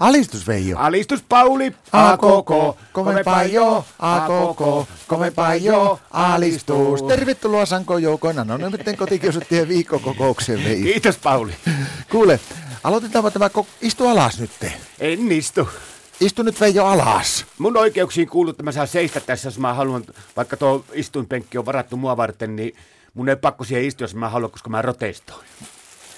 Alistus Veijo. Alistus Pauli, A koko, kovempaa jo, a koko, kovempaa jo, alistus. Tervetuloa Sanko Joukona. No nyt kotikiusottien viikkokokoukseen Veijo. Kiitos Pauli. Kuule, aloitetaanpa tämä, ko- istu alas nytte. En istu. Istu nyt Veijo alas. Mun oikeuksiin kuuluu, että mä saan seistä tässä, jos mä haluan, vaikka tuo istuinpenkki on varattu mua varten, niin mun ei pakko siihen istua, jos mä haluan, koska mä rotestoin.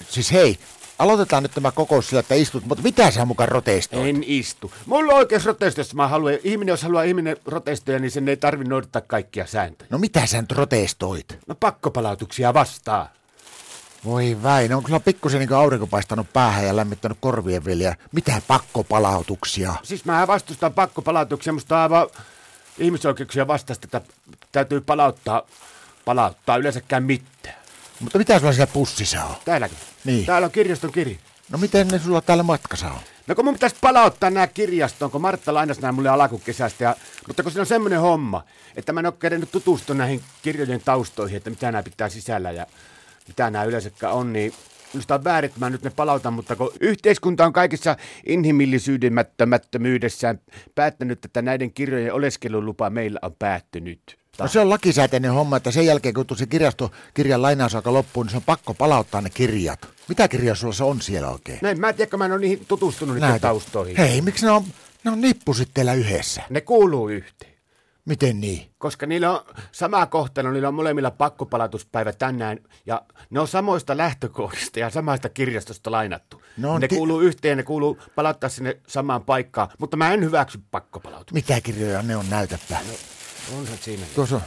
Siis hei, aloitetaan nyt tämä kokous sillä, että istut, mutta mitä sä mukaan rotestoit? En istu. Mulla on oikeus rotestoida, jos mä haluan. Ihminen, jos haluaa ihminen rotestoja, niin sen ei tarvitse noudattaa kaikkia sääntöjä. No mitä sä nyt rotestoit? No pakkopalautuksia vastaan. Voi väin, on kyllä pikkusen niin aurinko paistanut päähän ja lämmittänyt korvien vielä. ja Mitä pakkopalautuksia? Siis mä vastustan pakkopalautuksia, musta on aivan ihmisoikeuksia vastaista, että täytyy palauttaa, palauttaa yleensäkään mitään. Mutta mitä sulla siellä pussissa on? Täälläkin. Niin. Täällä on kirjaston kirja. No miten ne sulla täällä matkassa on? No kun mun pitäisi palauttaa nämä kirjastoon, kun Martta lainasi nämä mulle alakukesästä. Ja, mutta kun siinä on semmoinen homma, että mä en ole kerennyt tutustua näihin kirjojen taustoihin, että mitä nämä pitää sisällä ja mitä nämä yleensäkään on, niin Minusta on väärin, että mä nyt ne palautan, mutta kun yhteiskunta on kaikessa inhimillisyydemättömättömyydessään päättänyt, että näiden kirjojen oleskelulupa meillä on päättynyt. No se on lakisääteinen homma, että sen jälkeen kun se kirjasto, kirjan lainausaika loppuu, niin se on pakko palauttaa ne kirjat. Mitä kirjaa sulla se on siellä oikein? Näin, mä en tiedä, kun mä en ole niihin tutustunut niiden Näytä. No, taustoihin. Hei, miksi ne on, ne on nippusitteillä yhdessä? Ne kuuluu yhteen. Miten niin? Koska niillä on sama kohtalo, niillä on molemmilla pakkopalautuspäivä tänään ja ne on samoista lähtökohdista ja samasta kirjastosta lainattu. No, No, ne ti- ti- kuuluu yhteen, ne kuuluu palauttaa sinne samaan paikkaan, mutta mä en hyväksy pakkopalautumista. Mitä kirjoja ne on näytäpä? On se siinä. Tuossa on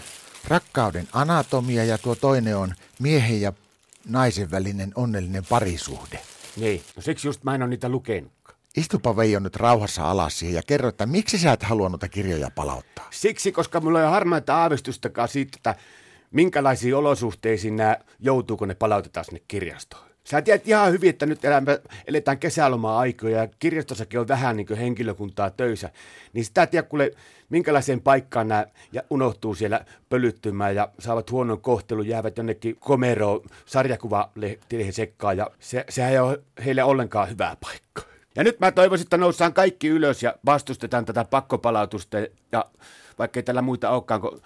rakkauden anatomia ja tuo toinen on miehen ja naisen välinen onnellinen parisuhde. Niin, no siksi just mä en ole niitä lukenutkaan. Istupa Veijo nyt rauhassa alas siihen ja kerro, että miksi sä et halua noita kirjoja palauttaa? Siksi, koska mulla ei ole harmaita aavistustakaan siitä, että minkälaisiin olosuhteisiin nämä joutuu, kun ne palautetaan sinne kirjastoon. Sä tiedät ihan hyvin, että nyt elämme, eletään kesälomaa-aikoja ja kirjastossakin on vähän niin henkilökuntaa töissä. Niin sitä tiedä, kuule, minkälaiseen paikkaan nämä ja unohtuu siellä pölyttymään ja saavat huonon kohtelun, jäävät jonnekin komeroon sarjakuvalehtilehen sekkaan ja se, sehän ei ole heille ollenkaan hyvää paikkaa. Ja nyt mä toivoisin, että noustaan kaikki ylös ja vastustetaan tätä pakkopalautusta. Ja vaikkei tällä muita olekaan kuin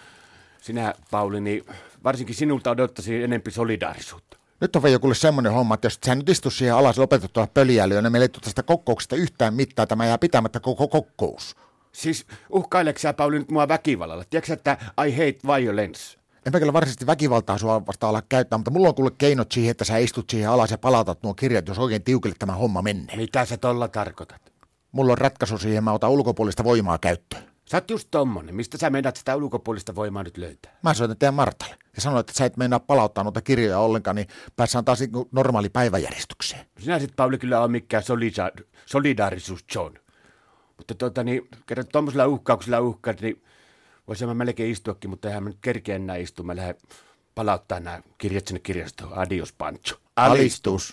sinä, Pauli, niin varsinkin sinulta odottaisin enempi solidaarisuutta. Nyt on Veijo kuule semmoinen homma, että jos et sä nyt istu siihen alas lopetettua pöljäilyä, niin meillä ei tule tästä kokouksesta yhtään mittaa, tämä jää pitämättä koko kokous. Siis uhkaileksä, Pauli, nyt mua väkivallalla? Tiedätkö, sä, että I hate violence? En mä kyllä varsinaisesti väkivaltaa sua vastaan ala käyttää, mutta mulla on kuule keinot siihen, että sä istut siihen alas ja palautat nuo kirjat, jos oikein tiukille tämä homma menee. Mitä sä tolla tarkoitat? Mulla on ratkaisu siihen, mä otan ulkopuolista voimaa käyttöön. Sä oot just tommonen. Mistä sä meinaat sitä ulkopuolista voimaa nyt löytää? Mä soitan teidän Martalle ja sanoin, että sä et meinaa palauttaa noita kirjoja ollenkaan, niin päässään taas niinku normaali päiväjärjestykseen. Sinä sit, Pauli, kyllä on mikään solisa- solidaarisuus, John. Mutta tuota, niin, kerran tuommoisella uhkauksella uhkaat, niin voisin mä melkein istuakin, mutta eihän mä nyt kerkeä enää istua. Mä lähden palauttaa nämä kirjat sinne kirjastoon. Adios, Pancho. Alistus.